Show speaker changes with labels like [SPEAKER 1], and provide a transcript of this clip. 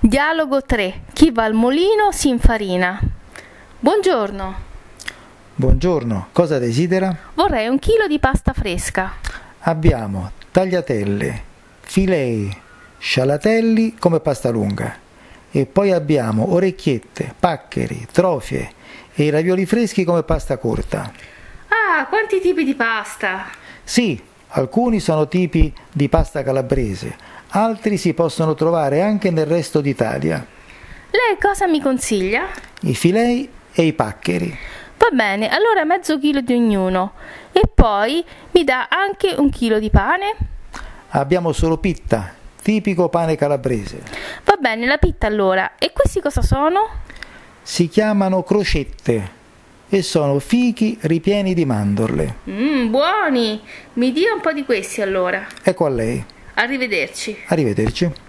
[SPEAKER 1] Dialogo 3. Chi va al molino si infarina. Buongiorno,
[SPEAKER 2] Buongiorno, cosa desidera?
[SPEAKER 1] vorrei un chilo di pasta fresca.
[SPEAKER 2] Abbiamo tagliatelle, filei, scialatelli come pasta lunga e poi abbiamo orecchiette, paccheri, trofie e i ravioli freschi come pasta corta.
[SPEAKER 1] Ah, quanti tipi di pasta!
[SPEAKER 2] Sì, alcuni sono tipi di pasta calabrese, altri si possono trovare anche nel resto d'Italia,
[SPEAKER 1] Lei cosa mi consiglia?
[SPEAKER 2] i filei e i paccheri.
[SPEAKER 1] Va bene, allora mezzo chilo di ognuno. E poi mi dà anche un chilo di pane?
[SPEAKER 2] Abbiamo solo pitta, tipico pane calabrese.
[SPEAKER 1] Va bene, la pitta allora. E questi cosa sono?
[SPEAKER 2] Si chiamano crocette e sono fichi ripieni di mandorle.
[SPEAKER 1] Mmm, buoni! Mi dia un po' di questi allora.
[SPEAKER 2] Ecco a lei.
[SPEAKER 1] Arrivederci.
[SPEAKER 2] Arrivederci.